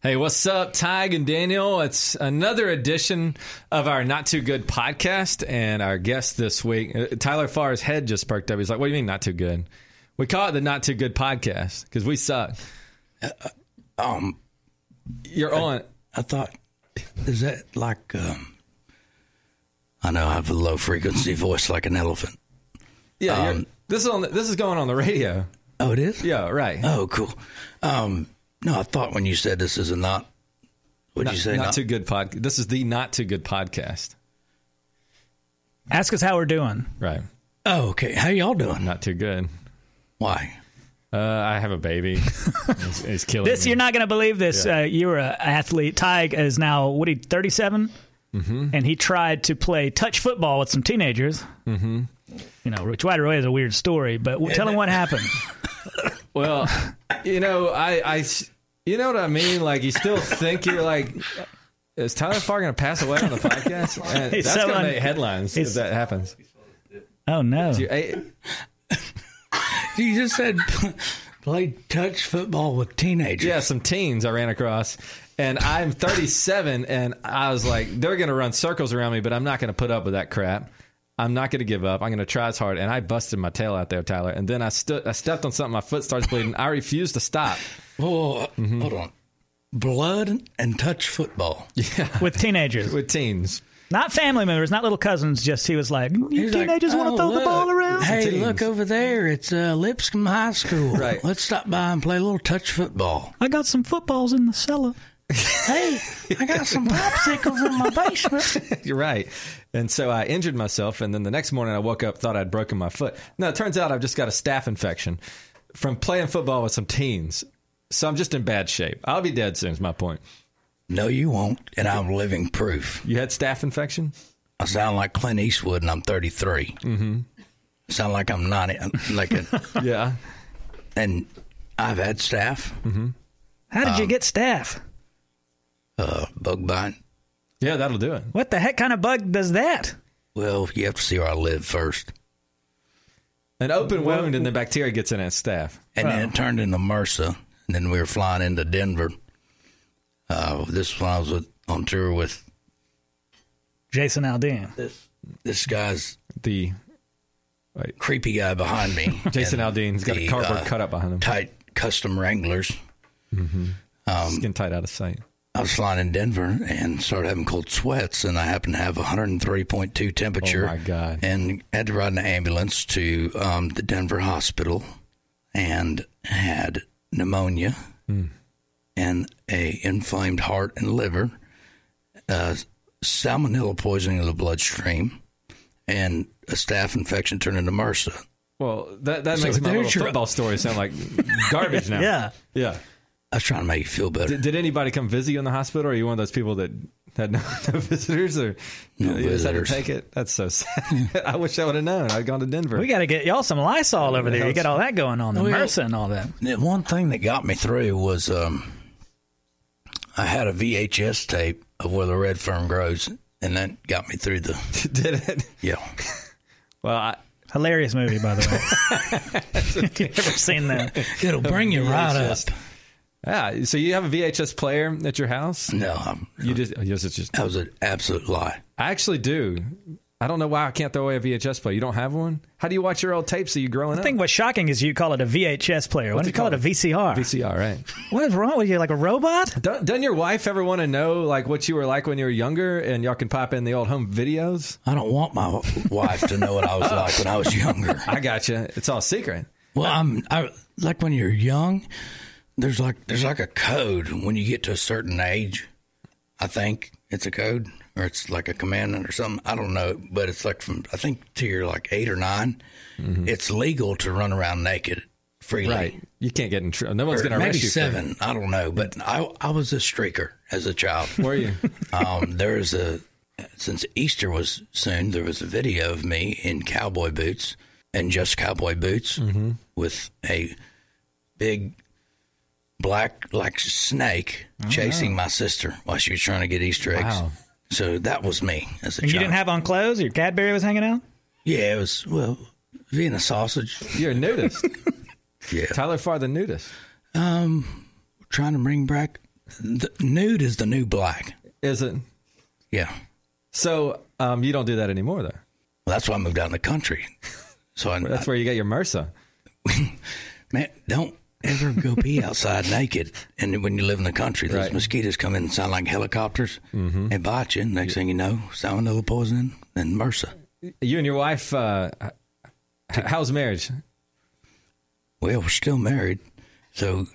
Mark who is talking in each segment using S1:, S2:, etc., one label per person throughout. S1: Hey, what's up, Tig and Daniel? It's another edition of our Not Too Good podcast, and our guest this week, uh, Tyler Farr's head just perked up. He's like, "What do you mean not too good?" We call it the Not Too Good podcast because we suck.
S2: Um,
S1: You're on.
S2: I thought, is that like? Um, I know I have a low frequency voice like an elephant.
S1: Yeah, you're- this is on. the- This is going on the radio.
S2: Oh, it is.
S1: Yeah, right.
S2: Oh, cool. Um, no, I thought when you said this is a not. What would
S1: not,
S2: you say?
S1: not too good pod. This is the Not Too Good podcast.
S3: Ask us how we're doing.
S1: Right.
S2: Oh, okay. How y'all doing?
S1: Not too good.
S2: Why?
S1: Uh, I have a baby. he's, he's killing
S3: This
S1: me.
S3: you're not going to believe this.
S1: Yeah.
S3: Uh, you were an athlete. Tig is now what he 37,
S2: Mm-hmm.
S3: and he tried to play touch football with some teenagers. Mm-hmm. You know, which right away is a weird story, but w- tell him what happened.
S1: Well, you know, I, I, you know what I mean. Like, you still think you're like, is Tyler Farr going to pass away on the podcast? And
S3: He's
S1: that's
S3: so
S1: going
S3: un-
S1: to make headlines if
S3: he's-
S1: that happens.
S3: Oh no!
S1: You- I-
S2: You just said play touch football with teenagers.
S1: yeah, some teens I ran across, and I'm 37, and I was like, they're going to run circles around me, but I'm not going to put up with that crap. I'm not going to give up. I'm going to try as hard. And I busted my tail out there, Tyler. And then I stood, I stepped on something. My foot starts bleeding. I refused to stop.
S2: Oh, hold on. Blood and touch football.
S3: with teenagers,
S1: with teens.
S3: not family members, not little cousins. Just he was like, you
S2: He's like,
S3: teenagers want
S2: "Oh,
S3: to throw
S2: look,
S3: the ball around.
S2: Hey,
S1: Teens.
S2: look over there. It's uh, Lipscomb High School.
S1: Right.
S2: Let's stop by and play a little touch football.
S3: I got some footballs in the cellar.
S2: Hey, I got some popsicles in my basement.
S1: You're right. And so I injured myself, and then the next morning I woke up, thought I'd broken my foot. No, it turns out I've just got a staph infection from playing football with some teens. So I'm just in bad shape. I'll be dead soon. Is my point.
S2: No, you won't. And I'm living proof.
S1: You had staph infection?
S2: I sound like Clint Eastwood, and I'm 33. Mm-hmm. Sound like I'm not like a,
S1: Yeah.
S2: and I've had staff
S3: How did you
S2: Um,
S3: get staff?
S2: uh, bug bite.
S1: Yeah, that'll do it.
S3: What the heck kind of bug does that?
S2: Well, you have to see where I live first,
S1: An open wound, and the bacteria gets in it. Staph.
S2: and then it turned into MRSA. And then we were flying into Denver. Uh, this was when I was with, on tour with
S3: Jason Aldean.
S2: this this guy's
S1: The
S2: creepy guy behind me.
S1: Jason Aldean's got a
S2: the,
S1: cardboard
S2: uh,
S1: cut up behind him,
S2: tight custom Wranglers.
S1: skin tight out of sight.
S2: I was flying in Denver and started having cold sweats, and I happened to have 103.2 temperature.
S1: Oh, my God.
S2: And had to ride an ambulance to um, the Denver hospital, and had pneumonia
S1: Hmm.
S2: and a inflamed heart and liver, uh, salmonella poisoning of the bloodstream, and a staph infection turned into MRSA.
S1: Well, that, that
S2: So
S1: makes my
S2: there's
S1: little
S2: your-
S1: football story sound like garbage now.
S3: Yeah.
S1: Yeah.
S2: I was trying to make you feel better.
S1: Did, did anybody come visit you in the hospital? Or are you one of those people that had no, no visitors or
S2: No
S1: you just had to
S2: visitors.
S1: take it? That's so sad. I wish I would have known. I'd gone to Denver.
S3: We got to get y'all some Lysol over there. You got all that going on, the
S2: Oh, yeah.
S3: MRSA and all that.
S2: The one thing that got me through was um, I had a VHS tape of where the red fern grows, and that got me through the
S1: did it.
S2: yeah.
S1: Well, I,
S3: Hilarious movie, by the way. If You've never seen that?
S2: It'll bring you right up.
S1: yeah. So you have a VHS player at your house?
S2: No, I'm,
S1: You just, yes, it's just.
S2: that was an absolute lie.
S1: I actually do. I don't know why I can't throw away a VHS player. You don't have one? How do you watch your old tapes of you growing
S3: I think
S1: up?
S3: what's shocking is you call it a VHS player. Why do you call it a VCR?
S1: VCR, right?
S3: What is wrong with you? Like a robot?
S1: Don't- Doesn't your wife ever want to know like what you were like when you were younger, and y'all can pop in the old home videos?
S2: I don't want my wife to know what I was like when I was younger.
S1: I gotcha. It's all secret.
S2: Well, I'm I, like when you're young, there's like there's like a code when you get to a certain age. I think it's a code or it's like a commandment or something. I don't know, but it's like from I think to you're like eight or 9 it's legal to run around naked freely.
S1: Mm-hmm. Right. You can't get in trouble. No one's
S2: Or
S1: going to
S2: Maybe
S1: arrest you. for-
S2: seven. I don't know, but I I was a streaker as a child.
S1: Where are you?
S2: um, there is a since Easter was soon. There was a video of me in cowboy boots and just cowboy boots
S3: Mm-hmm.
S2: with a big black like snake
S3: Oh,
S2: chasing my sister while she was trying to get Easter eggs.
S1: Wow.
S2: So that was me as a
S3: And
S2: child.
S3: you didn't have on clothes? Your Cadbury was hanging out?
S2: yeah, it was well Vienna sausage.
S1: You're a nudist.
S2: Yeah, Um,
S1: Tyler Farr, the nudist.
S2: trying to bring back the nude is the new black.
S1: Is it?
S2: Yeah,
S1: So um, you don't do that anymore, though.
S2: well, that's why I moved out in the country. So I,
S1: That's where you get your MRSA.
S2: Man, don't ever go pee outside naked. And when you live in the country, those
S1: Right. Mm-hmm.
S2: mosquitoes come in and sound like helicopters and bite you. Next thing you know, salmonella poisoning and MRSA.
S1: You and your wife. Uh, h- how's marriage?
S2: Well, we're still married, so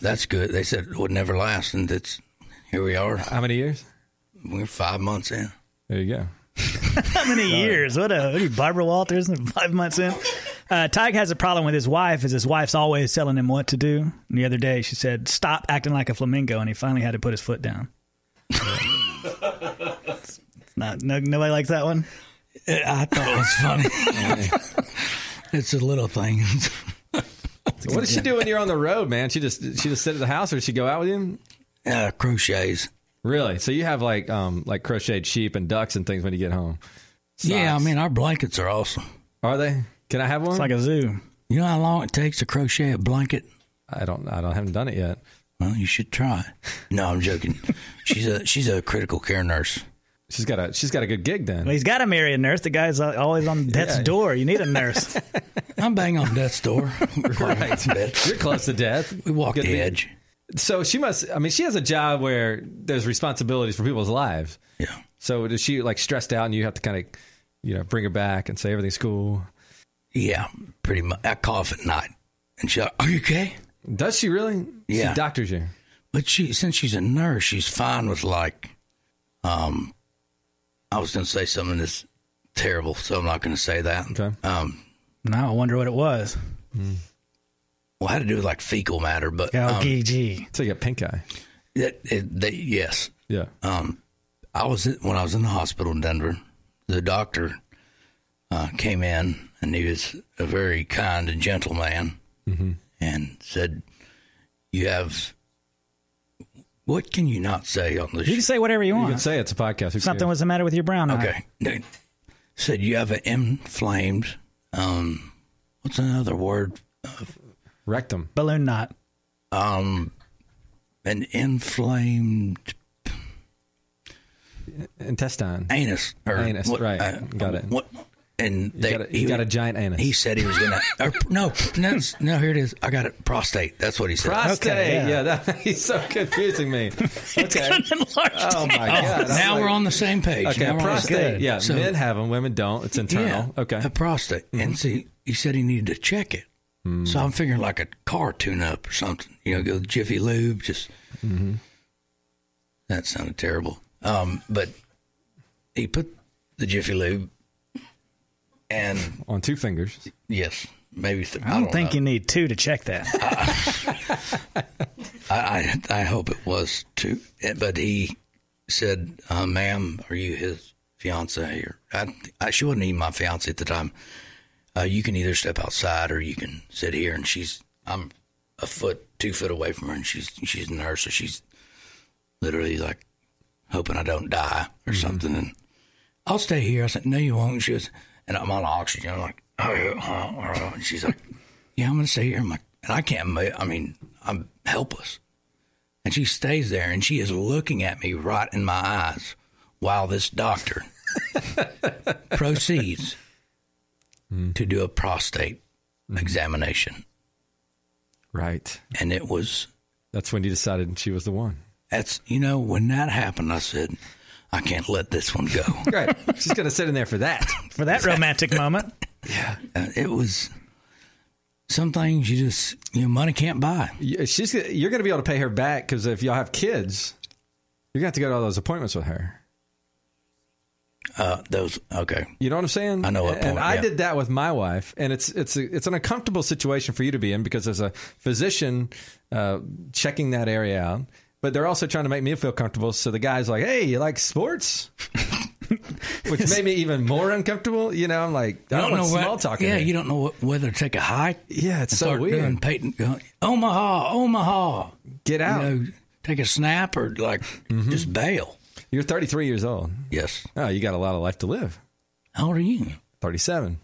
S2: that's good. They said it would never last, and it's here we are.
S1: How many years?
S2: We're five months in.
S1: There you go.
S3: How many years? What a what are you, Barbara Walters, five months in. Uh, Tyke has a problem with his wife, is his wife's always telling him what to do. And the other day she said, "Stop acting like a flamingo," and he finally had to put his foot down. It's Not, no, nobody likes that one.
S2: I thought it was funny. it's a little thing.
S1: What does she do when you're on the road, man? She just she just sit at the house, or does she go out with you?
S2: uh, crochets.
S1: Really? So you have like um like crocheted sheep and ducks and things when you get home?
S2: Yeah, I
S1: Socks.
S2: mean our blankets are awesome.
S1: Are they? Can I have one?
S3: It's like a zoo.
S2: You know how long it takes to crochet a blanket?
S1: I don't. I don't. I haven't done it yet.
S2: Well, you should try. No, I'm joking. she's a she's a critical care nurse.
S1: She's got a. She's got a good gig
S3: Well,
S1: then.
S3: he's got to marry a nurse. The guy's al- always on death's
S1: Yeah.
S3: door. You need a nurse.
S2: I'm bang on death's door. right.
S1: You're close to death.
S2: We walk
S1: Good
S2: the
S1: thing-
S2: edge.
S1: So she must. I mean, she has a job where there's responsibilities for people's lives.
S2: Yeah.
S1: So is she like stressed out, and you have to kind of, you know, bring her back and say everything's cool?
S2: Yeah. Pretty much. I cough at night, and she's like, "Are you okay?"
S1: Does she really?
S2: Yeah.
S1: She doctors you.
S2: But she, since she's a nurse, she's fine with like, um, I was going to say something that's terrible, so I'm not going to say that.
S1: Okay.
S2: Um,
S3: now I wonder what it was.
S2: well, it had to do with like fecal matter, but
S3: Oh,
S2: um,
S3: gee, gee.
S1: So you got pink eye.
S2: it, it, they, yes,
S1: Yeah.
S2: um, I was when I was in the hospital in Denver. The doctor uh, came in, and he was a very kind and gentle man,
S1: Mm-hmm.
S2: and said, "You have what can you not say on this?"
S3: You can say whatever you
S1: You
S3: want.
S1: can say it's a podcast. Who
S3: Something
S1: cares?
S3: was the matter with your brown eye.
S2: Okay, They said you have an inflamed. Um, what's another word?
S1: rectum.
S3: Balloon knot.
S2: Um, an inflamed
S1: Intestine.
S2: anus or uh,
S1: Anus, right. Got it.
S2: What? And they,
S1: He's got a, he's got a giant anus.
S2: He said he was gonna. or, no, no, no. Here it is. I got it. Prostate. That's what he said.
S1: prostate.
S3: Okay, yeah.
S1: yeah. that, he's so confusing me. Okay. Oh my god. I'm
S2: now
S1: like-
S2: we're on the same page.
S1: Okay,
S2: Now we're on the same-
S1: prostate.
S3: good.
S1: Yeah,
S2: So-
S1: men have them, women don't. It's internal.
S2: Yeah,
S1: Okay. Mm-hmm.
S2: A prostate. And see, he said he needed to check it.
S1: Mm.
S2: So I'm figuring like a car tune-up or something. You know, go to Jiffy Lube. Just
S1: Mm-hmm.
S2: that sounded terrible. Um, but he put the Jiffy Lube, and
S1: On two fingers.
S2: yes, maybe th-
S3: I don't think you need two to check that.
S2: I, I I hope it was too. Eh, But he said, uh, "Ma'am, are you his fiance?" Or I, I she wasn't even my fiance at the time. Uh, you can either step outside or you can sit here. And she's I'm a foot, two foot away from her, and she's she's a nurse, so she's literally like hoping I don't die or something. And I'll stay here. I said, "No, you won't." She was, and I'm on oxygen. I'm like, "Oh, and she's like, "Yeah, I'm gonna stay here." I'm like, and I can't. Move. I mean, I'm helpless. And she stays there, and she is looking at me right in my eyes while this doctor proceeds
S1: Hmm.
S2: to do a prostate examination,
S1: Right.
S2: and it was
S1: That's when you decided she was the one.
S2: that's you know when that happened, I said, I can't let this one go.
S1: Right. She's gonna sit in there for that.
S3: for that romantic moment.
S2: Uh, it was some things you just you know, money can't buy.
S1: Yeah, She's you're gonna be able to pay her back because if y'all have kids, you're gonna have to go to all those appointments with her.
S2: Uh, those okay.
S1: You know what I'm saying?
S2: I know what
S1: And
S2: point,
S1: I
S2: yeah.
S1: did that with my wife, and it's it's a, it's an uncomfortable situation for you to be in because as a physician, uh, checking that area out. But they're also trying to make me feel comfortable. So the guy's like, "Hey, you like sports?" Which made me even more uncomfortable. You know, I'm like, I don't, want small
S2: what-
S1: talk. in
S2: Yeah,
S1: here.
S2: you don't know what, whether to take a hike.
S1: Yeah, it's
S2: and
S1: so
S2: start
S1: weird.
S2: Doing Peyton, going, Omaha, Omaha.
S1: get out. Mm-hmm.
S2: You know, take a snap or like just bail.
S1: You're 33 years old.
S2: Yes.
S1: Oh, you got a lot of life to live.
S2: How old are you?
S1: 37.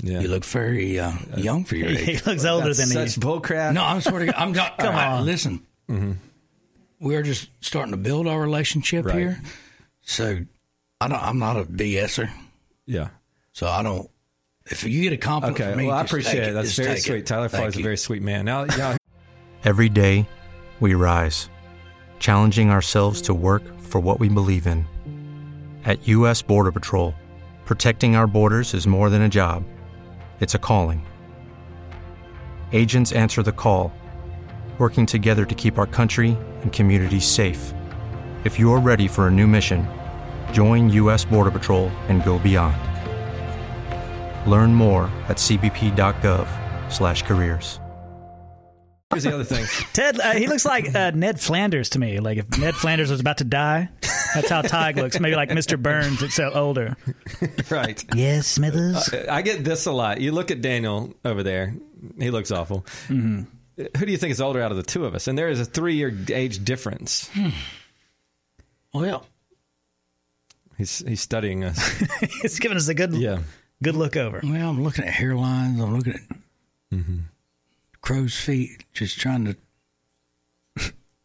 S1: Yeah.
S2: You look very uh, young for your
S3: He
S2: age.
S3: looks older than he.
S1: Such bullcrap.
S2: No, I'm swear to God, I'm not. Come
S3: on.
S2: listen.
S1: Mm-hmm.
S2: We're just starting to build our relationship
S1: Right.
S2: here, so I don't. I'm not a BSer,
S1: Yeah.
S2: so I don't. If you get a compliment
S1: Okay.
S2: from me,
S1: Well, I
S2: just take
S1: appreciate it.
S2: it.
S1: That's
S2: Just
S1: very
S2: take it.
S1: sweet. Tyler
S2: Thank
S1: Fly's a
S2: you.
S1: very sweet man. Now, yeah,
S4: Every day, we rise, challenging ourselves to work for what we believe in. At U.S. Border Patrol, protecting our borders is more than a job, it's a calling. Agents answer the call, working together to keep our country and communities safe. If you're ready for a new mission, join U.S. Border Patrol and go beyond. Learn more at cbp.gov/careers.
S1: here's the other thing.
S3: Ted, uh, he looks like uh, Ned Flanders to me. Like if Ned Flanders was about to die, that's how Tig looks. Maybe like Mr. Burns, except older.
S1: right.
S3: Yes, Smithers.
S1: I get this a lot. You look at Daniel over there; he looks awful.
S3: Mm-hmm.
S1: Who do you think is older out of the two of us? And there is a three-year age difference.
S2: Well,
S1: He's he's studying us.
S3: He's giving us a good,
S1: Yeah,
S3: good look over.
S2: well, I'm looking at hairlines. I'm looking at
S1: Mm-hmm.
S2: crow's feet. Just trying to.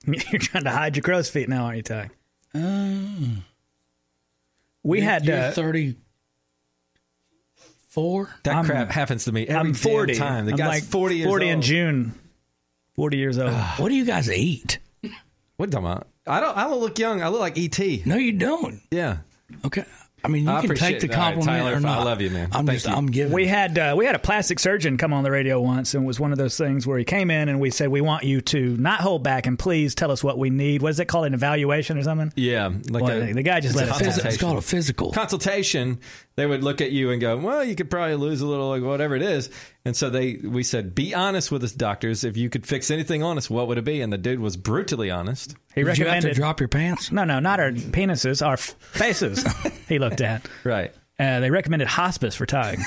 S3: You're trying to hide your crow's feet now, aren't you, Tig?
S2: uh,
S3: we had
S2: You're
S3: uh,
S2: 34.
S1: that
S3: I'm-
S1: crap happens to me every
S3: I'm
S1: damn
S3: 40.
S1: time. The
S3: I'm
S1: guy's
S3: like
S1: forty years
S3: 40 in
S1: old. Ah.
S3: June. 40 years old.
S2: What do you guys eat?
S1: What are you talking about? I don't. I don't look young. I look like ET.
S2: No, you don't.
S1: Yeah.
S2: Okay. I mean, you
S1: I
S2: can
S1: appreciate
S2: take the
S1: it. All right,
S2: compliment
S1: Tyler,
S2: or
S1: if I
S2: not.
S1: love you, man.
S2: I'm
S1: Thank
S2: just,
S1: you.
S2: I'm giving.
S3: We had uh, we had a plastic surgeon come on the radio once, and it was one of those things where he came in and we said, "We want you to not hold back and please tell us what we need." What is it called? An evaluation or something?
S1: Yeah. Like
S3: Well, the guy just let
S1: it's
S3: us
S1: a
S3: know.
S2: Phys- it's
S1: consultation.
S2: called a physical.
S1: consultation, they would look at you and go, "Well, you could probably lose a little, like whatever it is." And so they, we said, "Be honest with us, doctors. If you could fix anything on us, what would it be?" And the dude was brutally honest.
S3: He
S2: Did you have
S3: recommended
S2: to drop your pants?
S3: no, no, not our penises, our f- faces. he looked at.
S1: Right.
S3: Uh, they recommended hospice for Tig.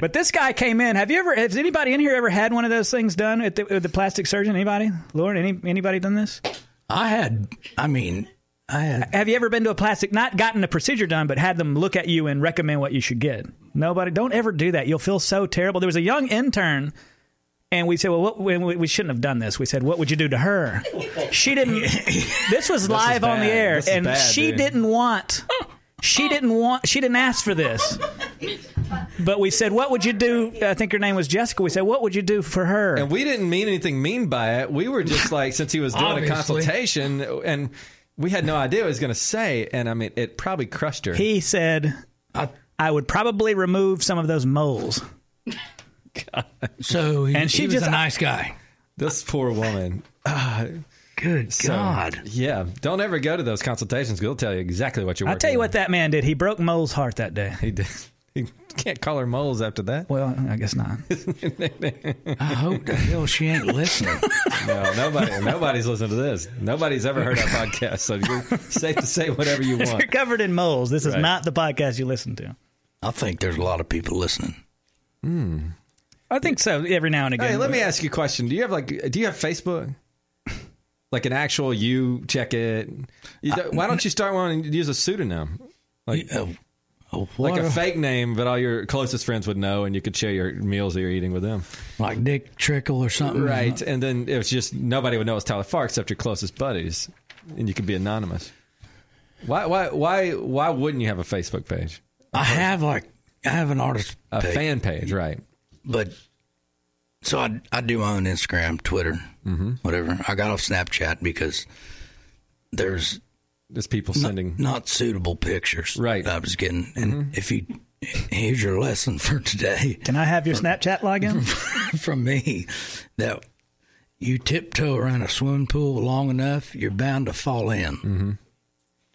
S3: but this guy came in. Have you ever? Has anybody in here ever had one of those things done at the, at the plastic surgeon? Anybody? Lauren? Any anybody done this?
S2: I had. I mean, I had.
S3: Have you ever been to a plastic, not gotten a procedure done, but had them look at you and recommend what you should get? Nobody, don't ever do that. You'll feel so terrible. There was a young intern, and we said, Well, what, we, we shouldn't have done this. We said, What would you do to her? She didn't, this was live on the
S1: bad.
S3: air,
S1: This is
S3: and
S1: bad,
S3: she
S1: dude.
S3: didn't want, she didn't want, she didn't ask for this. But we said, What would you do? I think her name was Jessica. We said, What would you do for her?
S1: And we didn't mean anything mean by it. We were just like, since he was doing a
S2: Obviously.
S1: consultation, and we had no idea what he was going to say. And I mean, it probably crushed her.
S3: he said,
S2: I,
S3: I would probably remove some of those moles.
S2: so he,
S3: And she
S2: he was
S3: just-
S2: a nice guy.
S1: this poor woman.
S2: Good
S1: So, Yeah. Don't ever go to those consultations. 'cause They'll tell you exactly what you're.
S3: I'll
S1: working
S3: tell you
S1: with.
S3: what that man did. He broke Mole's heart that day.
S1: he did. He can't call her moles after that.
S3: Well, I guess not.
S2: I hope the hell she ain't listening.
S1: No, nobody, nobody's listening to this. Nobody's ever heard our podcast, so you're safe to say whatever you
S3: If
S1: want.
S3: you're covered in moles, this is
S1: Right.
S3: not the podcast you listen to.
S2: I think there's a lot of people listening.
S3: I think so. Every now and again.
S1: Hey, let me ask you a question. Do you have like, do you have Facebook? Like an actual you check it. You don't- why don't you start one and use a pseudonym,
S2: Like, a, a Oh, what?
S1: like a
S2: Like,
S1: fake name, but all your closest friends would know, and you could share your meals that you're eating with them,
S2: Dick Trickle or
S3: Mm-hmm.
S2: something.
S1: right? And then it's just nobody would know it's Tyler Farr except your closest buddies, and you could be anonymous. Why, why, why, why wouldn't you have a Facebook page,
S2: I have like I have an artist
S1: a
S2: page,
S1: fan page, right?
S2: but so I I do my own Instagram, Twitter, whatever. I got off Snapchat because there's
S1: Just people sending.
S2: not suitable pictures.
S1: Right.
S2: I was getting, and if you here's your lesson for today
S3: Can I have your Snapchat login?
S2: from me that You tiptoe around a swimming pool long enough, you're bound to fall in.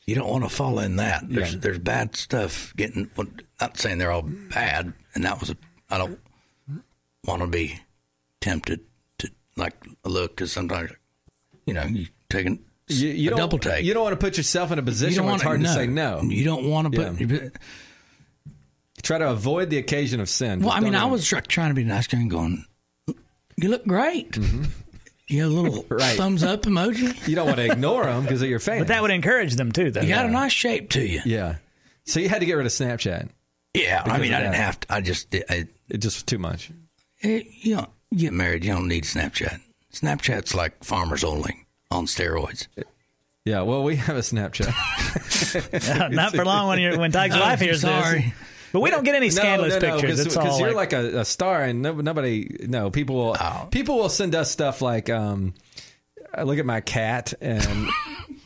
S2: You don't want to fall in that. There's
S1: Mm-hmm. Yeah.
S2: there's bad stuff getting. well, Not saying they're all bad, and that was a. I don't want to be tempted to like look because sometimes, you know, you take a,
S1: You, you
S2: a
S1: don't,
S2: double take.
S1: You don't want to put yourself in a position where it's hard to say no.
S2: You don't want to put.
S1: Try to avoid the occasion of sin.
S2: Well,
S1: Just
S2: I mean,
S1: don't
S2: I
S1: even-
S2: was try- trying to be nice guy and going, "You look great." You had a little
S1: Right.
S2: thumbs up emoji.
S1: You don't want to ignore them because they're your fan.
S3: But that would encourage them too, though.
S2: You got a nice shape to you.
S1: yeah. So you had to get rid of Snapchat.
S2: Yeah, I mean,
S1: of
S2: I didn't
S1: that.
S2: have to. I just, did- I,
S1: It just was too much.
S2: it, you know, you get married, you don't need Snapchat. Snapchat's like farmers only on steroids.
S1: Yeah. Well, we have a Snapchat.
S3: Not for long when you're when Tyke's wife hears this.
S2: Oh, sorry.
S3: But we don't get any scandalous pictures. It's all
S1: Because you're
S3: like,
S1: like a, a star, and no, nobody, no people will people will send us stuff like, um, I look at my cat, and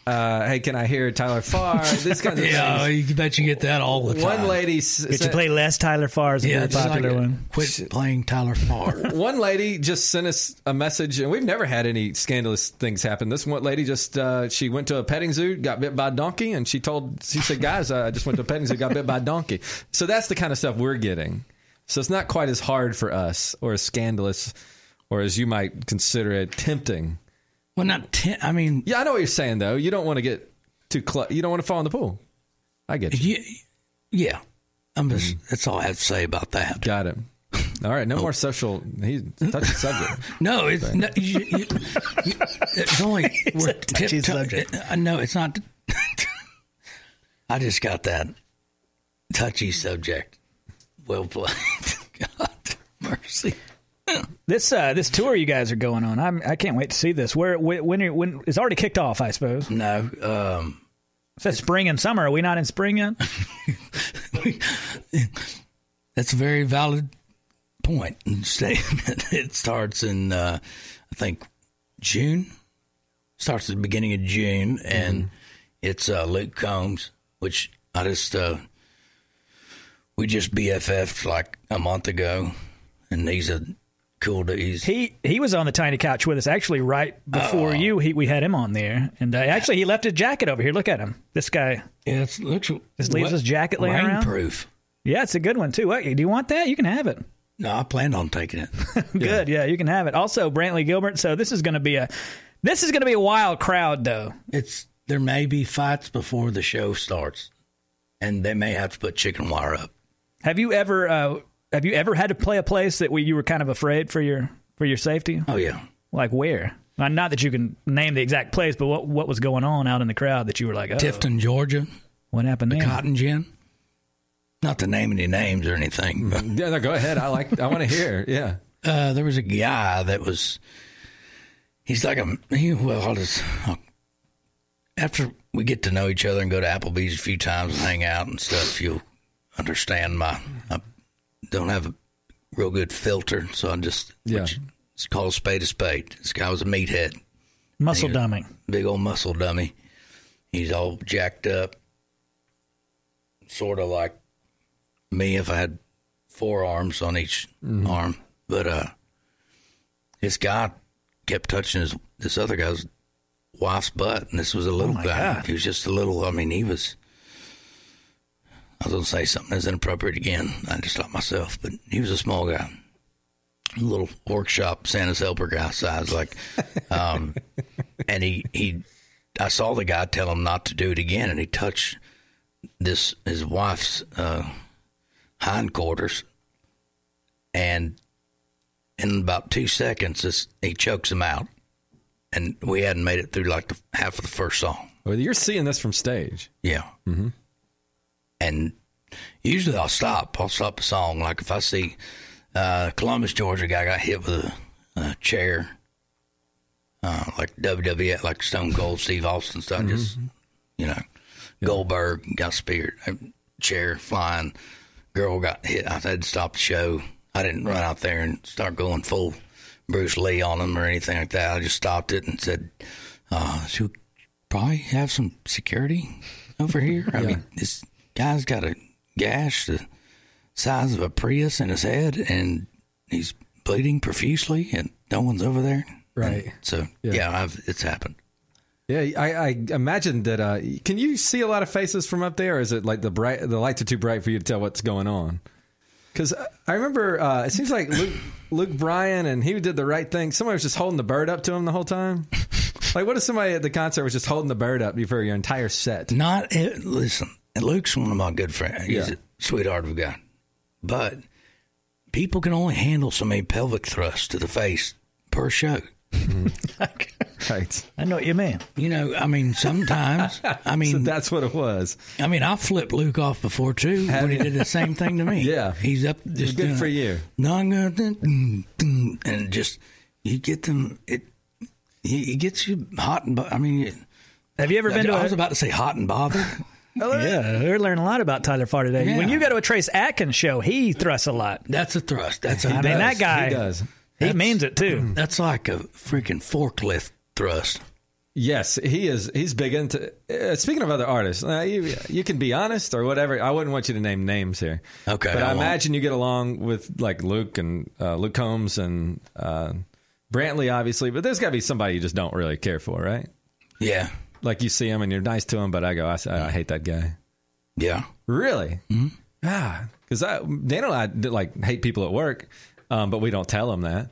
S1: uh, hey, can I hear Tyler Farr? This kind of
S2: Yeah, oh,
S1: things.
S2: you bet you get that all the time.
S1: One lady, s-
S3: did you
S1: sent-
S3: play less Tyler Farr's
S2: yeah,
S3: very
S2: it's just
S3: popular
S2: like,
S3: one?
S2: Quit playing Tyler Farr.
S1: one lady just sent us a message, and we've never had any scandalous things happen. This one lady just uh, she went to a petting zoo, got bit by a donkey, and she told she said, "Guys, I just went to a petting zoo, got bit by a donkey." So that's the kind of stuff we're getting. So it's not quite as hard for us, or as scandalous, or as you might consider it tempting.
S2: well, not ten. I mean,
S1: Yeah, I know what you're saying though. You don't want to get too cl- you don't want to fall in the pool. I get you.
S2: yeah, yeah. I'm just. That's all I have to say about that.
S1: Got it. All right, no more social. He touched the subject.
S2: No, it's no, you, you, you, it's only we're
S3: touchy
S2: tiptoe-
S3: subject.
S2: uh, No, it's not. I just got that touchy subject. Well played, God mercy.
S3: This uh, this tour you guys are going on, I'm I can't wait to see this. Where when when, are- when it's already kicked off, I suppose. It
S2: No, um,
S3: says spring and summer. Are we not in spring yet?
S2: that's a very valid point and statement. It starts in, uh, I think, June. Starts at the beginning of June, and
S3: Mm-hmm.
S2: it's uh, Luke Combs, which I just uh, we just BFF'd like a month ago, and he's a cool dude. He's,
S3: He he was on the tiny couch with us actually right before you. He, we had him on there, and uh, actually he left his jacket over here. Look at him. This guy.
S2: yeah, it's looks
S3: Just leaves his jacket laying around?
S2: Proof.
S3: Yeah, it's a good one too. What, do you want that? You can have it.
S2: No, I planned on taking it.
S3: Good. Yeah, you can have it. Also, Brantley Gilbert. So this is going to be a this is going to be a wild crowd though.
S2: It's there may be fights before the show starts, and they may have to put chicken wire up.
S3: Have you ever uh, have you ever had to play a place that we, you were kind of afraid for your for your safety?
S2: Oh yeah,
S3: Like where? Well, not that you can name the exact place, but what what was going on out in the crowd that you were like, oh,
S2: Tifton, Georgia,
S3: what happened there?
S2: Cotton Gin. Not to name any names or anything, but
S1: Yeah, no, go ahead. I like. I want to hear. Yeah.
S2: uh, there was a guy that was. He's like a he, well. I'll just I'll- after we get to know each other and go to Applebee's a few times and hang out and stuff, you'll understand my. I don't have a real good filter, so I just
S1: Yeah.
S2: It's called a spade a spade. This guy was a meathead.
S3: Muscle dumbing.
S2: big old muscle dummy. He's all jacked up, sort of like me if I had four arms on each arm. But uh, this guy kept touching his this other guy's wife's butt, and this was a little guy. He was just a little. I mean, he was. I was gonna say something that's inappropriate again. I just like myself, but he was a small guy, a little workshop Santa's helper guy size, like and he he I saw the guy tell him not to do it again, and he touched this his wife's uh, hindquarters, and in about two seconds, this, he chokes him out, and we hadn't made it through like the half of the first song.
S1: Well, you're seeing this from stage.
S2: Yeah. Mm-hmm. And usually I'll stop. I'll stop a song. Like if I see uh, Columbus, Georgia guy got hit with a, a chair, uh, like WWF, like Stone Cold Steve Austin stuff, just, you know, Goldberg got speared, a chair flying, girl got hit. I had to stop the show. I didn't run out there and start going full Bruce Lee on him or anything like that. I just stopped it and said, uh, should we probably have some security over here? I mean, this guy's got a gash the size of a Prius in his head, and he's bleeding profusely, and no one's over there.
S1: Right.
S2: So
S1: Yeah.
S2: yeah, I've, it's happened.
S1: Yeah, I, I imagine that. Uh, can you see a lot of faces from up there? Or is it like the bright, the lights are too bright for you to tell what's going on? Because I remember uh, it seems like Luke, Luke Bryan and he did the right thing. Somebody was just holding the bird up to him the whole time. Like, what if somebody at the concert was just holding the bird up for your entire set?
S2: Not it, listen. Luke's one of my good friends. He's
S1: Yeah.
S2: a sweetheart of God, but people can only handle so many pelvic thrusts to the face per show.
S1: Right.
S3: I know what you mean.
S2: You know, I mean, sometimes, I
S1: So
S2: mean,
S1: that's what it was.
S2: I mean, I flipped Luke off before too when he did the same thing to me.
S1: Yeah.
S2: he's up. Just
S1: Good
S2: doing
S1: for
S2: it.
S1: you.
S2: No, I'm gonna dun- dun- and just you get them. It it gets you hot and. bo- I mean, it,
S3: Have you ever been to
S2: I
S3: a
S2: was about to say hot and bothered.
S3: Yeah, we're learning a lot about Tyler Farr today.
S2: Yeah.
S3: When you go to a Trace Atkins show, he thrusts a lot.
S2: That's a thrust. That's a
S3: I mean, that guy,
S1: He does.
S3: he means it too.
S2: That's like a freaking forklift thrust.
S1: Yes, he is. He's big into. Uh, speaking of other artists, uh, you, you can be honest or whatever. I wouldn't want you to name names here.
S2: Okay,
S1: but
S2: I
S1: I,
S2: won't.
S1: imagine you get along with like Luke and uh, Luke Combs and uh, Brantley, obviously. But there's got to be somebody you just don't really care for, right?
S2: Yeah,
S1: Like you see him and you're nice to him, but I go, I, I hate that guy.
S2: yeah.
S1: Really? Mm-hmm. Ah, because I Daniel and I did, like hate people at work, um, but we don't tell them that.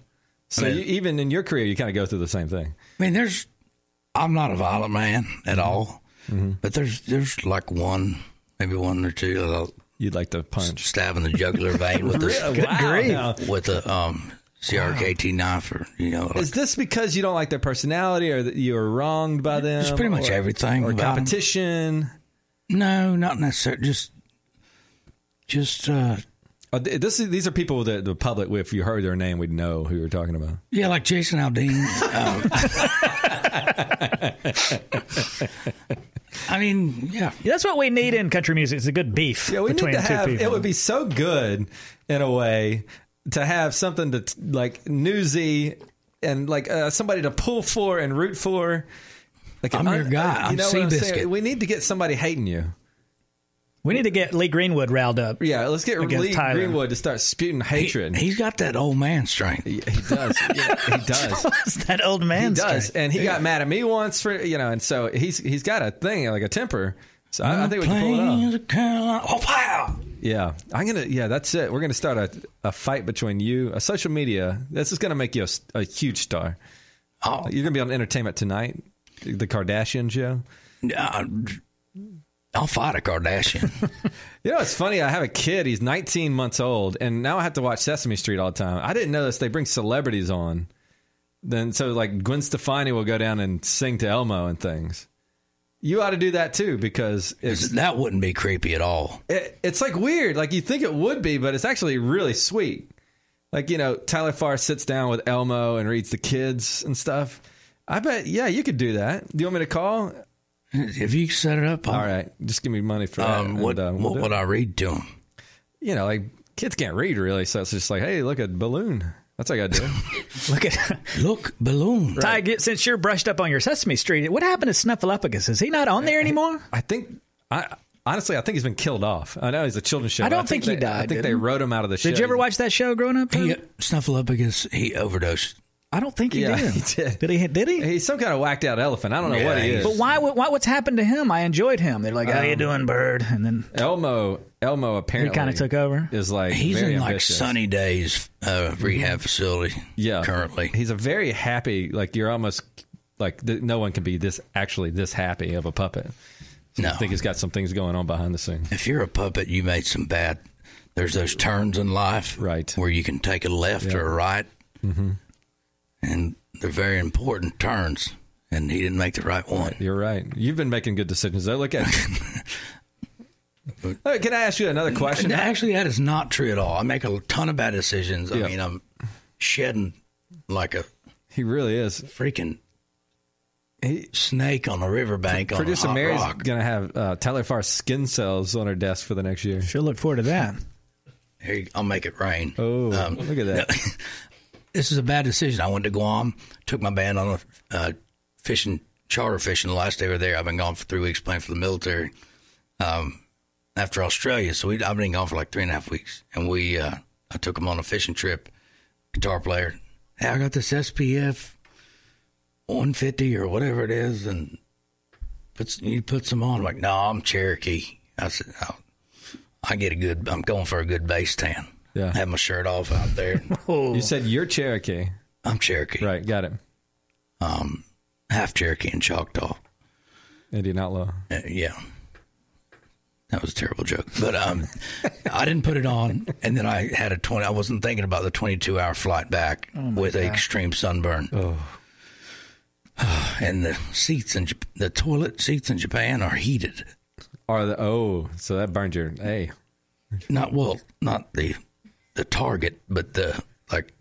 S1: So
S2: mean-
S1: you, even in your career, you kind of go through the same thing.
S2: I mean, there's. I'm not a violent man at all, but there's there's like one, maybe one or two that I'll
S1: You'd like to punch.
S2: stab in the jugular vein with this.
S1: grief.
S2: with a um, CRKT knife or you know
S1: Is this because you don't like their personality, or that you were wronged by them?
S2: just pretty much
S1: or,
S2: everything
S1: uh, Or
S2: about 'em.
S1: competition.
S2: No, not necessarily. Just just uh,
S1: Uh, th- This is, these are people that the public, if you heard their name, we'd know who you're talking about.
S2: yeah, like Jason Aldean. um, Uh, I mean, yeah,
S3: That's what we need in country music. It's a good beef
S1: Yeah, we
S3: between
S1: need to
S3: two
S1: have.
S3: people.
S1: It would be so good in a way to have something that's like newsy and like uh, somebody to pull for and root for. Like an
S2: I'm your guy.
S1: you
S2: I'm
S1: know what I'm saying?
S2: Seabiscuit.
S1: We need to get somebody hating you.
S3: we need to get Lee Greenwood riled up.
S1: Yeah, let's get
S3: Against
S1: Lee
S3: Tyler.
S1: Greenwood to start spewing hatred.
S2: he's got that old man strength.
S1: he, he does. Yeah, he does.
S3: It's that old
S1: He
S3: man.
S1: does, and he got mad at me once for you know, and so he's he's got a thing like a temper. So I, I think we can pull it
S2: Plains
S1: off.
S2: of Carolina. Oh wow!
S1: Yeah, I'm gonna. Yeah, that's it. We're gonna start a, a fight between you, a social media. This is gonna make you a, s- a huge star.
S2: Oh,
S1: You're gonna be on Entertainment Tonight, the Kardashian show.
S2: uh, I'll fight a Kardashian.
S1: You know, it's funny. I have a kid. He's 19 months old, and now I have to watch Sesame Street all the time. I didn't know this. They bring celebrities on. Then so like Gwen Stefani will go down and sing to Elmo and things. You ought to do that too because it's
S2: that wouldn't be creepy at all.
S1: it, it's like weird. Like you think it would be, but it's actually really sweet. Like you know, Tyler Farr sits down with Elmo and reads the kids and stuff. I bet, yeah, you could do that. Do you want me to call?
S2: If you set it up, I'll-
S1: All right, just give me money for that.
S2: Um,
S1: and,
S2: what
S1: uh, we'll
S2: what
S1: do
S2: would
S1: it.
S2: I read to him?
S1: you know, like kids can't read really, so it's just like, hey, look at balloon. That's like I do.
S3: Look at
S2: Look, balloon.
S3: Ty. Get, since you're brushed up on your Sesame Street, what happened to Snuffleupagus? Is he not on there anymore?
S1: I think I. Honestly, I think he's been killed off. I know he's a children's show.
S3: I
S1: but
S3: don't think
S1: they,
S3: he died,
S1: I think
S3: did
S1: they
S3: he?
S1: wrote him out of the show.
S3: Did you ever watch that show growing up?
S2: He, uh,
S3: Herb?
S2: Snuffleupagus, he overdosed.
S3: I don't think he
S1: Yeah,
S3: did.
S1: he did.
S3: he? Did he?
S1: He's some kind of whacked out elephant. I don't know
S2: Yeah,
S1: what he
S2: he's-
S1: is.
S3: But why? would- Why? What's happened to him? I enjoyed him. They're like, "How
S1: Um,
S3: you doing, Bird?" And then
S1: Elmo, Elmo apparently
S3: kinda took over.
S1: oh, Is like
S2: He's
S1: very
S2: in like
S1: ambitious.
S2: Sunny Days uh, rehab facility.
S1: Yeah,
S2: currently.
S1: he's a very happy. Like you're almost like th- no one can be this actually this happy of a puppet. So
S2: No.
S1: I think he's got some things going on behind the scenes.
S2: If you're a puppet, you made some bad. There's those turns in life,
S1: Right. Mm-hmm.
S2: where you can take a left or a right, and they're very important turns. And he didn't make the right one.
S1: You're right. You've been making good decisions. though. Look at. All right, can I ask you another question?
S2: And actually, that is not true at all. I make a ton of bad decisions. I
S1: Yeah.
S2: mean, I'm shedding like a
S1: He really is.
S2: freaking
S1: He-
S2: snake on a riverbank on a
S1: Producer
S2: hot
S1: Mary's
S2: rock.
S1: gonna have uh, Tyler Farr skin cells on her desk for the next year.
S3: she'll look forward to that.
S2: Here you- I'll make it rain. Um,
S1: Oh, look at that.
S2: This is a bad decision. I went to Guam, took my band on a uh, fishing charter fishing. The last day we were there, I've been gone for three weeks playing for the military. Um, after Australia, so we, I've been gone for like three and a half weeks, and we uh, I took them on a fishing trip. Guitar player, hey, I got this SPF 150 or whatever it is, and puts he puts them on. I'm like, no, I'm Cherokee. I said, I, I get a good. I'm going for a good base tan.
S1: Yeah.
S2: have my shirt off out there.
S1: You said you're Cherokee.
S2: I'm Cherokee,
S1: Right. Got it.
S2: half Cherokee and Choctaw.
S1: Indian Outlaw.
S2: Uh, yeah. That was a terrible joke, but um, I didn't put it on, and then I had a twenty. I wasn't thinking about the twenty-two hour flight back with a extreme sunburn. Oh, and the seats in Jap- the toilet seats in Japan are heated.
S1: Or the oh, so that burned your hey.
S2: Not well, not the the target, but the like.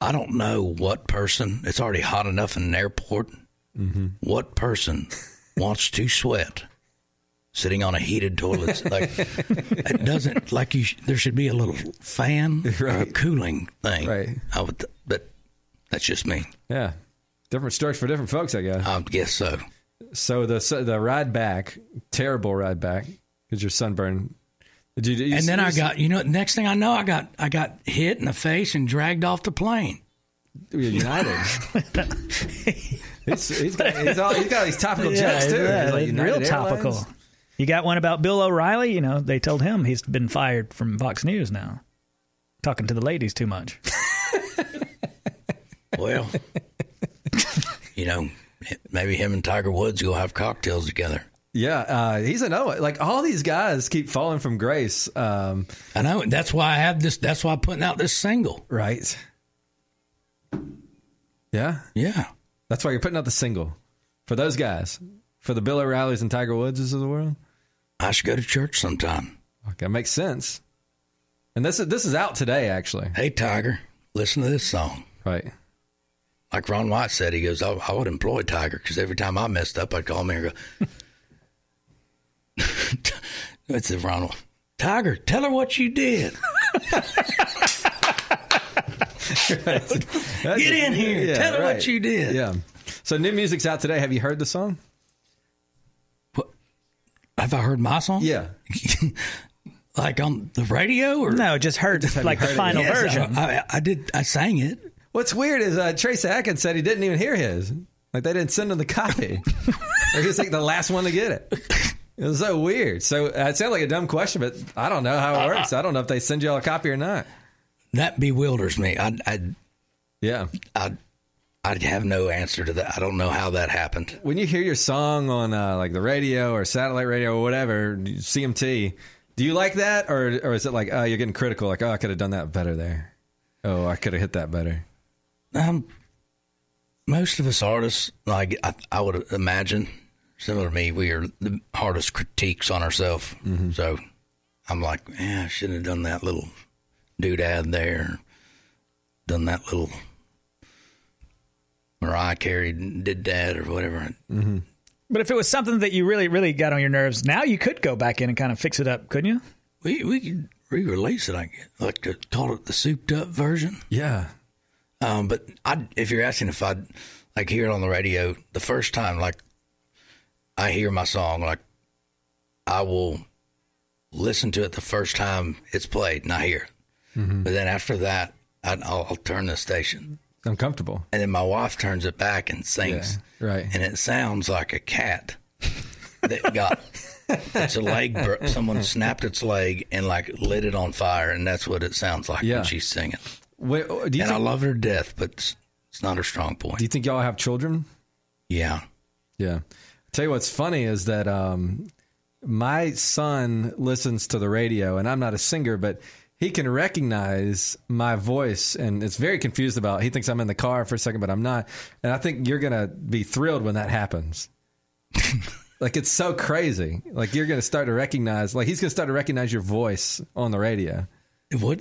S2: I don't know what person. It's already hot enough in an airport.
S1: Mm-hmm.
S2: What person wants to sweat sitting on a heated toilet? Like it doesn't. Like you, sh- there should be a little fan or a
S1: Right.
S2: cooling thing.
S1: Right.
S2: I would, but that's just me.
S1: Yeah. Different strokes for different folks, I guess.
S2: I would guess so.
S1: So the so the ride back, terrible ride back, because your sunburn. Did you, you-
S2: And then I
S1: you-
S2: got you know. Next thing I know, I got I got hit in the face and dragged off the plane.
S1: United. he's, he's, got, he's, all, he's got these topical jokes too.
S3: yeah,
S1: He's like,
S3: real
S1: United Airlines?
S3: topical. You got one about Bill O'Reilly. You know, they told him he's been fired from Fox News now, talking to the ladies too much.
S2: Well, you know, maybe him and Tiger Woods go have cocktails together.
S1: Yeah, uh, he's another one. Like all these guys keep falling from grace. Um,
S2: I know. and That's why I have this. That's why I'm putting out this single.
S1: right. Yeah.
S2: Yeah.
S1: That's why you're putting out the single. For those guys. For the Bill O'Reillys and Tiger Woodses of the world.
S2: I should go to church sometime.
S1: Okay, makes sense. And this is this is out today actually.
S2: Hey, Tiger, listen to this song.
S1: Right.
S2: Like Ron White said, he goes, I, I would employ Tiger because every time I messed up, I'd call me and go, That's the Ron. White. Tiger, tell her what you did. Get in here.
S1: Yeah,
S2: tell her
S1: right.
S2: what you did.
S1: Yeah. So new music's out today. Have you heard the song?
S2: What- Have I heard my song?
S1: Yeah.
S2: like on the radio or
S3: No, just heard like the
S1: heard it.
S3: final
S2: Yes,
S3: version.
S2: I, I, I did. I sang it.
S1: What's weird is uh, Trace Atkins said he didn't even hear his. Like they didn't send him the copy. like he was like the last one to get it. It was so weird. So uh, it sounds like a dumb question, but I don't know how it works. I don't know if they send y'all a copy or not.
S2: That bewilders me. I I
S1: Yeah.
S2: I, I have no answer to that. I don't know how that happened.
S1: When you hear your song on uh, like the radio or satellite radio or whatever, CMT, do you like that or or is it like oh you're getting critical like oh I could have done that better there. Oh, I could have hit that better.
S2: Um, most of us artists, like I, I would imagine, similar to me, we are the hardest critiques on ourselves. So I'm like, yeah, I shouldn't have done that little doodad there, done that little Mariah Carey did that or whatever.
S3: But if it was something that you really, really got on your nerves, now you could go back in and kind of fix it up, couldn't you?
S2: We we could re-release it. I guess. like to call it the souped-up version.
S1: Yeah.
S2: Um, but I, if you're asking if I would like hear it on the radio the first time, like I hear my song, like I will listen to it the first time it's played and I hear it. But then after that, I, I'll, I'll turn the station,
S1: I'm comfortable.
S2: and then my wife turns it back and sings,
S1: Right.
S2: and it sounds like a cat that got. It's a leg. bur- Someone snapped its leg and like lit it on fire, and that's what it sounds like
S1: Yeah.
S2: when she's singing.
S1: Wait, oh, do you
S2: And I
S1: think,
S2: love her to death, but it's, it's not her strong point.
S1: do you think y'all have children?
S2: Yeah.
S1: Yeah. Tell you what's funny is that um, my son listens to the radio, and I'm not a singer, but he can recognize my voice, and it's very confused about. He thinks I'm in the car for a second, but I'm not. And I think you're gonna be thrilled when that happens. like it's so crazy. Like you're gonna start to recognize. Like he's gonna start to recognize your voice on the radio.
S2: What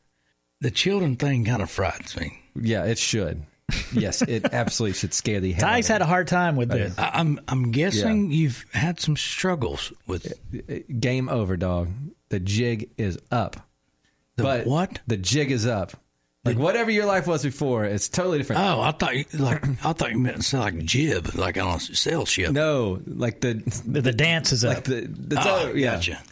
S2: the children thing kind of frightens me.
S1: Yeah, it should. Yes, it absolutely should scare the hell. out of
S3: Ty's had a hard time with this.
S2: I, I'm I'm guessing you've had some struggles with
S1: game over, dog. The jig is up.
S2: the
S1: but
S2: what?
S1: The jig is up. Like whatever your life was before, it's totally different.
S2: Oh, I thought you like I thought you meant to say like jib, like on a sail ship.
S1: no, like the
S3: The, the dance is up.
S1: the the
S2: Oh,
S1: yeah.
S2: gotcha.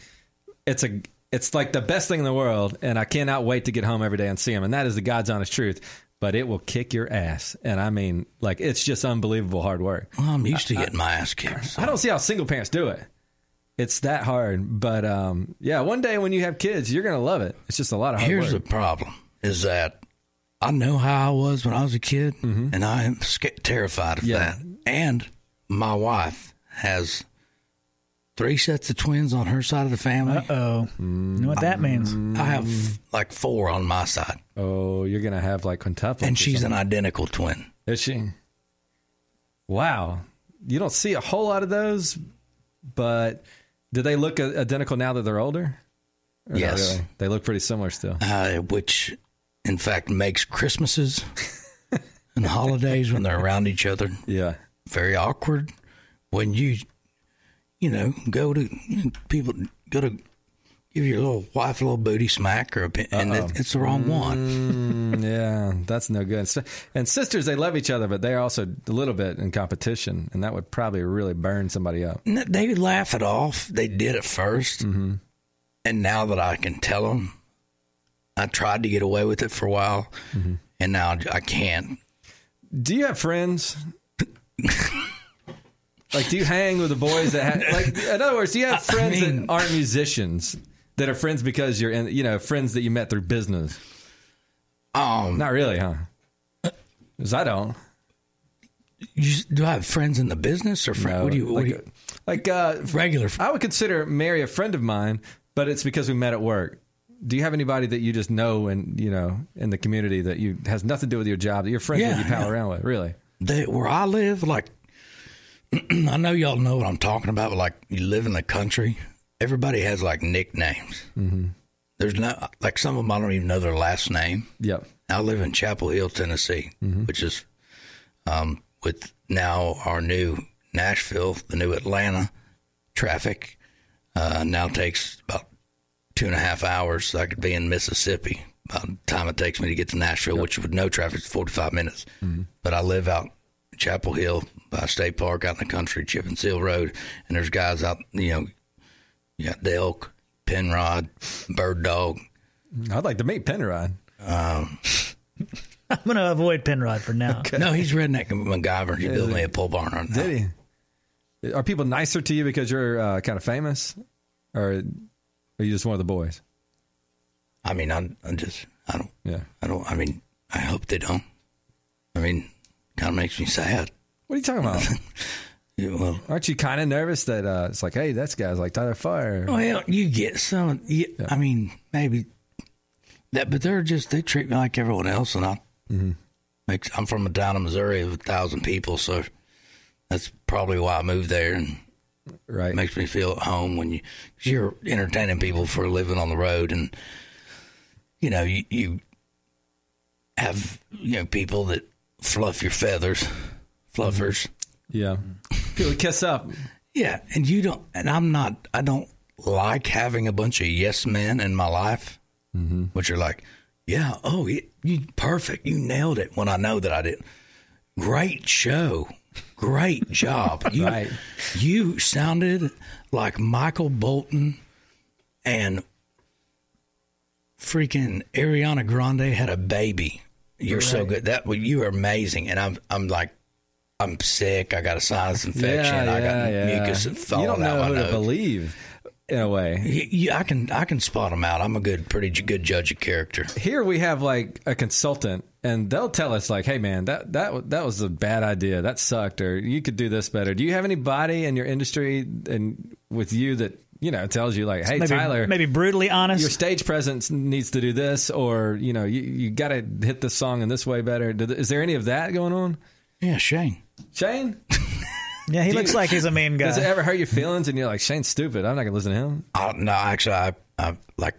S1: It's a it's like the best thing in the world, and I cannot wait to get home every day and see him. And that is the God's honest truth. but it will kick your ass. And I mean, like, it's just unbelievable hard work.
S2: Well, I'm used to getting my ass kicked. so-
S1: I don't see how single parents do it. It's that hard. But um, yeah, one day when you have kids, you're going to love it. It's just a lot of hard
S2: Here's the
S1: work.
S2: problem: is that I know how I was when I was a kid, and I am sca- terrified of
S1: Mm-hmm. Yeah.
S2: that. And my wife has three sets of twins on her side of the family.
S3: Uh oh. You
S1: Mm-hmm.
S3: know what that means?
S1: Uh, mm.
S2: I have like four on my side,
S1: oh, you're going to have like quintuplets.
S2: and
S1: or
S2: she's
S1: something.
S2: an identical twin.
S1: Is she? Wow. You don't see a whole lot of those, but do they look i- identical now that they're older? Or not
S2: Yes.
S1: really? They look pretty similar still.
S2: uh, which in fact makes Christmases and holidays when they're around each other
S1: Yeah.
S2: very awkward. When you, you know, go to people, go to give your little wife a little booty smack, or a, pin- and it, it's the wrong one.
S1: Mm, yeah, that's no good. So- And sisters, they love each other, but they're also a little bit in competition, and that would probably really burn somebody up.
S2: N- They laugh it off. They did it 1st
S1: Mm-hmm.
S2: and now that I can tell them, I tried to get away with it for a while,
S1: Mm-hmm.
S2: and now I can't.
S1: Do you have friends? like, do you hang with the boys that have, like, in other words, do you have friends
S2: mean-
S1: that aren't musicians that are friends because you're in, you know, friends that you met through business?
S2: Um,
S1: Not really, huh? 'Cause I don't.
S2: you, do I have friends in the business or friends?
S1: No,
S2: what do you? What
S1: like,
S2: do you
S1: like, uh,
S2: regular friends?
S1: I would consider Mary a friend of mine, but it's because we met at work. Do you have anybody that you just know and you know in the community that you has nothing to do with your job that you're friends with,
S2: Yeah,
S1: you pal
S2: yeah.
S1: around with? Really?
S2: they, where I live, like I know y'all know what I'm talking about, but like you live in the country, everybody has like nicknames. Mm-hmm. There's no like some of them I don't even know their last name.
S1: Yep.
S2: I live in Chapel Hill, Tennessee, which is um, with now our new Nashville, the new Atlanta traffic uh, now takes about two and a half hours. So I could be in Mississippi by the time it takes me to get to Nashville, which with no traffic is 45 minutes. But I live out in Chapel Hill by State Park out in the country, Chip and Seal Road, and there's guys out, you know, you got the elk, Penrod, Bird Dog.
S1: I'd like to meet Penrod.
S3: I'm going to avoid Penrod for now.
S2: No, he's redneck MacGyver. He built me a pole barn right now.
S1: Did he? Uh, Are people nicer to you because you're uh, kind of famous, or are you just one of the boys?
S2: I mean, I'm, I'm just, I don't,
S1: Yeah.
S2: I don't, I mean, I hope they don't. I mean, kind of makes me sad.
S1: What are you talking about?
S2: Yeah, well,
S1: Aren't you kind of nervous that uh, it's like, hey, that guy's like Tyler Fire?
S2: well, you get some, you, I mean, maybe that, but they're just, they treat me like everyone else. And I, Mm-hmm. makes, I'm from a town in Missouri of a thousand people. So that's probably why I moved there. And
S1: Right.
S2: it makes me feel at home when you, cause you're entertaining people for a living on the road. And, you know, you, you have, you know, people that fluff your feathers, fluffers.
S1: yeah.
S2: Mm.
S1: People kiss up.
S2: Yeah, and you don't, and I'm not, I don't like having a bunch of yes men in my life,
S1: Mm-hmm.
S2: which are like, yeah, oh, you, you perfect, you nailed it. When I know that I did, great show, great job. You,
S1: Right.
S2: you sounded like Michael Bolton and freaking Ariana Grande had a baby. You're so good. That you are amazing, and I'm, I'm like. I'm sick. I got a sinus infection. I got mucus and falling
S1: You don't
S2: out
S1: know
S2: my
S1: who to
S2: nose.
S1: believe in a way.
S2: Y- y- I can I can spot them out. I'm a good, pretty j- good judge of character.
S1: Here we have like a consultant, and they'll tell us like, "Hey, man, that that wa- that was a bad idea. That sucked, or you could do this better." Do you have anybody in your industry and with you that you know tells you like, "Hey,
S3: Maybe,
S1: Tyler,
S3: maybe brutally honest.
S1: your stage presence needs to do this, or you know, you, you got to hit this song in this way better." Do th- Is there any of that going on,
S2: Yeah, Shane.
S1: Shane?
S3: yeah, he looks like he's a mean guy.
S1: Does it ever hurt your feelings? And you're like, Shane's stupid. I'm not gonna listen to him.
S2: I, no, actually, I I like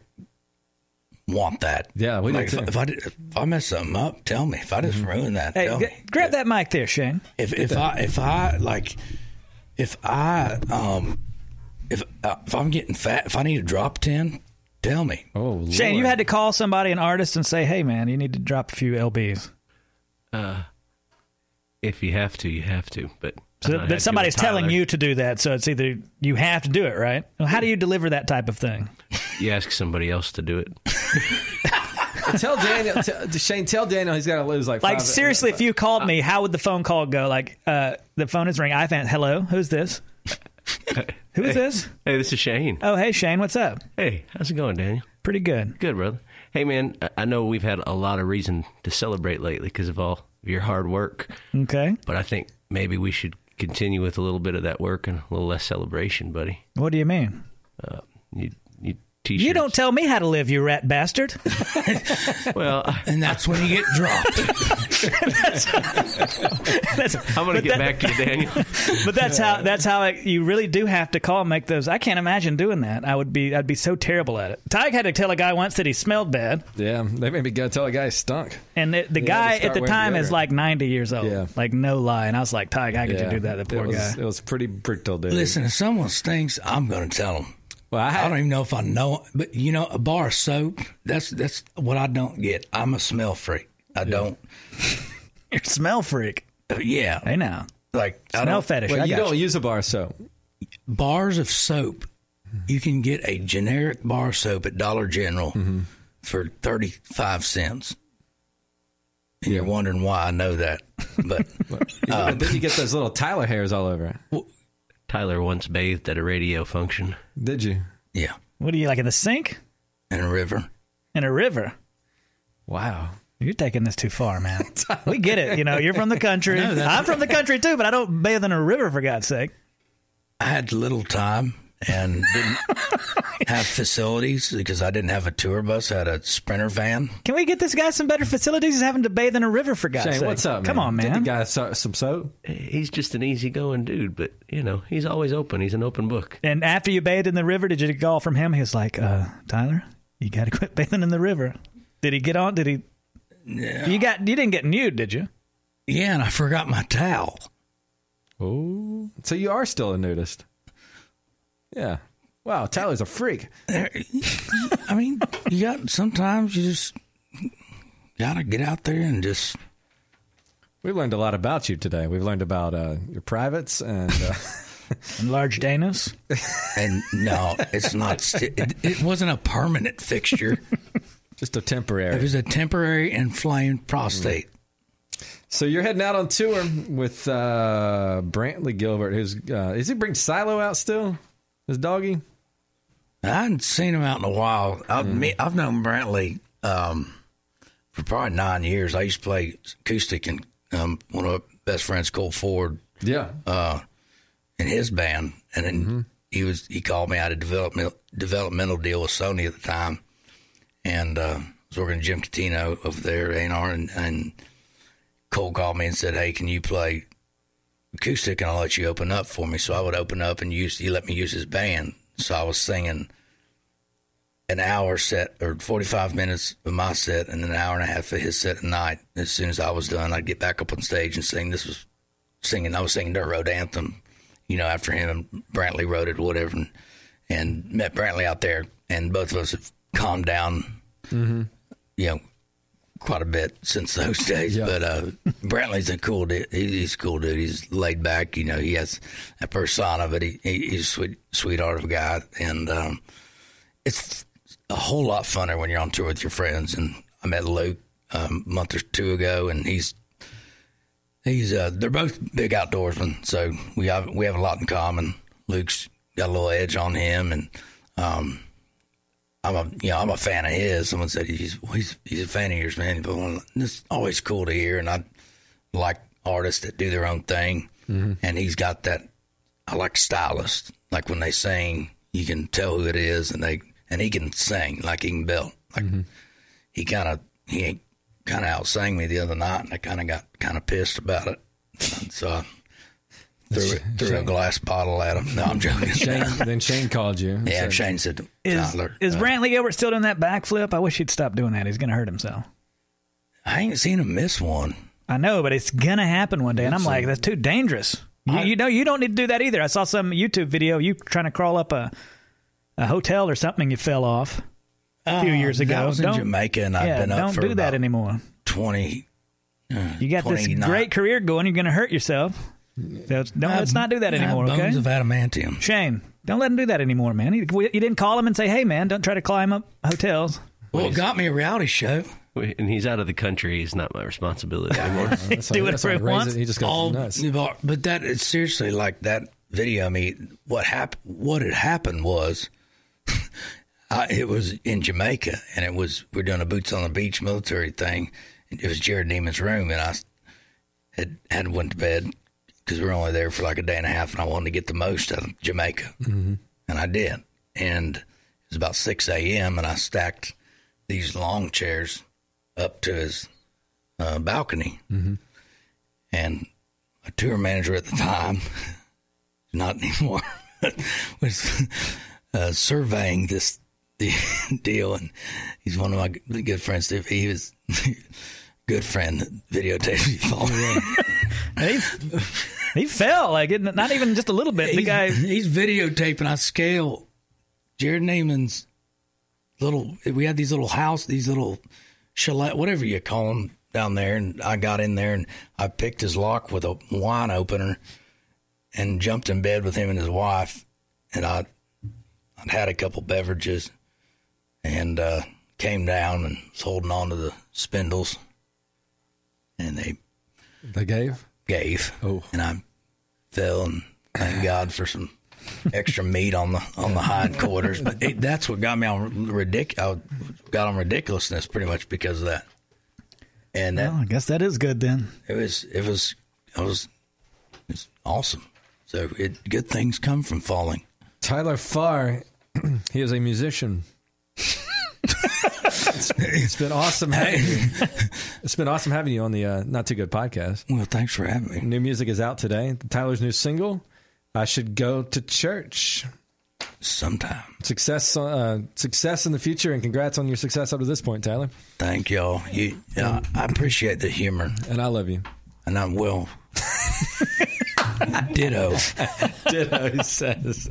S2: want that.
S1: Yeah, we do
S2: like, if,
S1: too. Mm-hmm.
S2: if I did, if I mess something up, tell me. If I just ruin that,
S3: hey,
S2: tell
S3: g-
S2: me.
S3: grab that mic there, Shane.
S2: If if I if I like if I um if uh, if I'm getting fat, if I need to drop ten, tell me.
S1: Oh,
S3: Shane,
S1: Lord.
S3: you had to call somebody, an artist, and say, hey, man, you need to drop a few LBs.
S5: If you have to, you have to. But
S3: So,
S5: I had to
S3: but
S5: with
S3: somebody's telling
S5: Tyler.
S3: you to do that, so it's either you have to do it, right? Well, how do you deliver that type of thing?
S5: You ask somebody else to do it.
S1: tell Daniel, tell, Shane, tell Daniel he's got to lose like
S3: Like
S1: five-
S3: seriously, if you called me, how would the phone call go? Like uh, the phone is ringing. I found hello. Who's this? Who's this?
S5: Hey, this is Shane.
S3: Oh, hey Shane, what's up?
S5: Hey, how's it going, Daniel?
S3: Pretty good.
S5: Good, brother. Hey, man, I- I know we've had a lot of reason to celebrate lately because of all of your hard work,
S3: Okay.
S5: but I think maybe we should continue with a little bit of that work and a little less celebration, buddy.
S3: What do you mean?
S5: You, you t-shirts.
S3: You don't tell me how to live, you rat bastard.
S5: Well, I-
S2: And that's when you get dropped.
S3: That's,
S5: I'm going to get back to you, Daniel.
S3: but that's how that's how I, you really do have to call and make those. I can't imagine doing that. I would be I'd be so terrible at it. Tyke had to tell a guy once that he smelled bad,
S1: Yeah, they made me go tell a guy he stunk.
S3: and the, the
S1: Yeah,
S3: guy
S1: to start
S3: at the
S1: wearing
S3: time is
S1: deodorant.
S3: like 90 years old.
S1: Yeah.
S3: Like no lie, and I was like, Tyke, how could
S1: yeah,
S3: you do that? The poor
S1: it was,
S3: guy.
S1: It was pretty brutal, dude.
S2: Listen, if someone stinks, I'm going to tell them.
S1: well, I, had,
S2: I don't even know if I know, but you know, a bar of soap. That's that's what I don't get. I'm a smell freak. I don't.
S3: You're a smell freak.
S2: Yeah,
S3: Hey now,
S2: like I
S3: smell
S2: don't.
S3: fetish.
S1: Well,
S3: I
S1: you
S3: got
S1: don't use a bar of soap.
S2: bars of soap. You can get a generic bar soap at Dollar General for thirty five cents. And you're wondering why I know that, but
S3: Uh,
S1: and then you get those little Tyler hairs all over it.
S5: Tyler once bathed at a radio function.
S1: Did you?
S2: yeah,
S3: What are you like in the sink
S2: in a river.
S3: in a river?
S1: Wow.
S3: You're taking this too far, man. we get it. You know, you're from the country. I'm from the country too, but I don't bathe in a river for God's sake.
S2: I had little time and didn't have facilities because I didn't have a tour bus. I had a sprinter van.
S3: Can we get this guy some better facilities? He's having to bathe in a river for God's
S1: Shane,
S3: sake.
S1: what's up?
S3: Come
S1: man?
S3: on,
S1: Get
S3: man.
S1: the guy so- some soap.
S5: He's just an easygoing dude, but, you know, he's always open. He's an open book.
S3: And after you bathed in the river, did you get a call from him? He was like, uh, Tyler, you got to quit bathing in the river. Did he get on? Did he? You got you didn't get nude, did you?
S2: Yeah, and I forgot my towel.
S1: Oh. So you are still a nudist. Yeah. Wow, Tyler's a freak.
S2: I mean, you got sometimes you just gotta get out there and just
S1: We learned a lot about you today. We've learned about uh, your privates and uh,
S3: Enlarged anus.
S2: and no, it's not. St- it, it wasn't a permanent fixture.
S1: just a
S2: It
S1: temporary.
S2: was a temporary inflamed prostate.
S1: So you're heading out on tour with uh, Brantley Gilbert. Who's uh, is he bring Silo out still? His doggy.
S2: I hadn't seen him out in a while. I've, me, I've known Brantley um, for probably nine years. I used to play acoustic and um, one of my best friends, Cole Ford,
S1: Yeah.
S2: in his band, and then he was he called me out of development developmental deal with Sony at the time, and uh, I was working with Jim Catino over there at A&R, and and Cole called me and said, "Hey, can you play acoustic and I'll let you open up for me?" So I would open up and use he let me use his band, so I was singing an hour set or 45 minutes of my set and an hour and a half of his set at night as soon as i was done i'd get back up on stage and sing this was singing. I was singing Dirt Road Anthem, you know, after him. and Brantley wrote it, whatever, and, and met Brantley out there, and both of us have calmed down, you know, quite a bit since those days. But uh, Brantley's a cool dude. He, he's a cool dude. He's laid back, you know. He has a persona, but he, he he's a sweet sweetheart of a guy, and um, it's a whole lot funner when you're on tour with your friends. And I met Luke um, a month or two ago, and he's He's uh, they're both big outdoorsmen, so we have we have a lot in common. Luke's got a little edge on him, and um, I'm a you know I'm a fan of his. Someone said he's well, he's he's a fan of yours, man. But well, it's always cool to hear, and I like artists that do their own thing, and he's got that. I like stylists, like when they sing, you can tell who it is, and they and he can sing like he can belt. Like he kind of he kind of outsang me the other night, and I kind of got kind of pissed about it. And so I threw, it- threw a glass bottle at him. No, I'm joking.
S1: Shane, then Shane called you. and
S2: yeah,
S1: said-
S2: Shane said,
S3: Is
S2: Tyler,
S3: is Brantley Gilbert still doing that backflip? I wish he'd stop doing that. He's gonna hurt himself.
S2: I ain't seen him miss one.
S3: I know, but it's gonna happen one day. And I'm like, that's too dangerous. You, you know, you don't need to do that either. I saw some YouTube video you trying to crawl up a a hotel or something. and You fell off a few years ago.
S2: I Ah, was in
S3: Don't-
S2: Jamaica, and I've
S3: yeah,
S2: been up
S3: don't
S2: for
S3: do that
S2: about
S3: anymore.
S2: twenty.
S3: You got this
S2: 29.
S3: great career going. You're gonna hurt yourself. So it's- no, let's not do that
S2: I have
S3: anymore.
S2: Bones
S3: Okay,
S2: of adamantium.
S3: Shane, don't let him do that anymore, man. You, you didn't call him and say, "Hey, man, don't try to climb up hotels."
S2: Well, it got me a reality show.
S5: And he's out of the country. It's not my responsibility anymore.
S1: That's
S3: Do
S1: how-
S3: it
S1: that's
S3: for
S1: how he
S3: it
S1: raised
S3: once.
S1: He just goes
S2: All,
S1: nuts.
S2: but that it's seriously like that video. I mean, what happened? What had happened was, I, it was in Jamaica, and it was we're doing a boots on the beach military thing. And it was Jared Neiman's room, and I had had went to bed because we were only there for like a day and a half, and I wanted to get the most out of Jamaica, and I did. And it was about six a.m., and I stacked these long chairs up to his uh, balcony, and a tour manager at the time, not anymore, was uh, surveying this de- deal, and he's one of my g- good friends. Steve. He was good friend that videotaped me falling.
S3: He, he fell like it, not even just a little bit. The guy
S2: he's videotaping. I scale Jared Neiman's little. We had these little house, these little chalet, whatever you call them, down there. And I got in there and I picked his lock with a wine opener and jumped in bed with him and his wife. And I, I'd had a couple beverages and uh, came down and was holding on to the spindles. And they
S1: They gave.
S2: gave.
S1: Oh.
S2: And I fell and thank God for some extra meat on the on the hindquarters. But it, that's what got me on ridic. I got on ridiculousness pretty much because of that. And that
S3: Well, "Oh, I guess that is good then.
S2: it was it was it was it's awesome. So it, good things come from falling.
S1: Tyler Farr, he is a musician. it's been awesome having you. It's been awesome having you on the uh, Not Too Good podcast.
S2: Well, thanks for having me.
S1: New music is out today. Tyler's new single, I Should Go to Church.
S2: Sometime.
S1: Success uh, success in the future, and congrats on your success up to this point, Tyler.
S2: Thank y'all. You, yeah, I appreciate the humor,
S1: And I love you.
S2: and I will. Ditto.
S1: Ditto, he says.